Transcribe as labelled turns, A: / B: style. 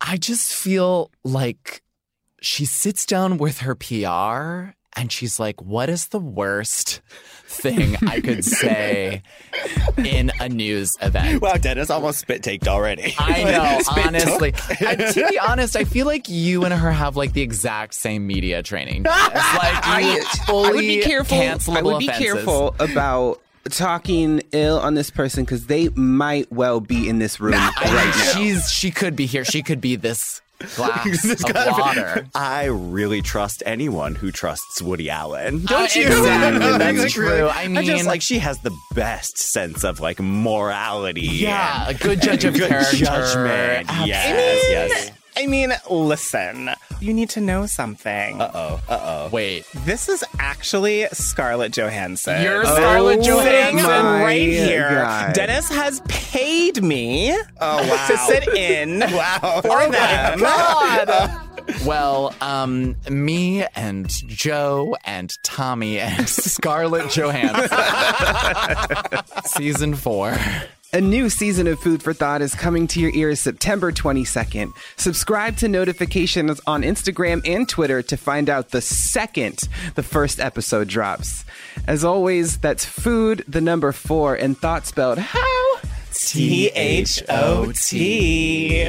A: I just feel like she sits down with her PR and she's like, What is the worst thing I could say in a news event?
B: Wow, Dennis almost spit taked already.
A: I know,
B: Spit
A: honestly.
B: took.
A: I, to be honest, I feel like you and her have like the exact same media training. It's like you fully
C: I would be careful.
A: cancelable
C: I would be
A: offenses.
C: careful about talking ill on this person because they might well be in this room
A: I mean,
C: right now.
A: she's she could be here. She could be this glass
B: This
A: of
B: kind of-
A: water.
B: I really trust anyone who trusts Woody Allen.
A: Uh,
B: Don't you?
A: exactly,
B: Like,
A: that's
B: really-
A: true. I mean-
B: just like she has the best sense of like morality.
A: Yeah,
B: and
A: a good judge of
B: good
A: character. Ah,
B: judgment.
A: and-
B: Yes, yes.
D: I mean, listen, you need to know something.
A: Wait,
D: This is actually Scarlett Johansson. Oh
A: You're Scarlett
D: sitting
A: Johansson.
C: my
D: right here.
C: God.
D: Dennis has paid me to sit in for them.
A: Well, um, me and Joe and Tommy and Scarlett Johansson. Season four.
C: A new season of Food for Thought is coming to your ears September 22nd. Subscribe to notifications on Instagram and Twitter to find out the second the first episode drops. As always, that's food, the number four, and thought spelled how?
D: T H O T.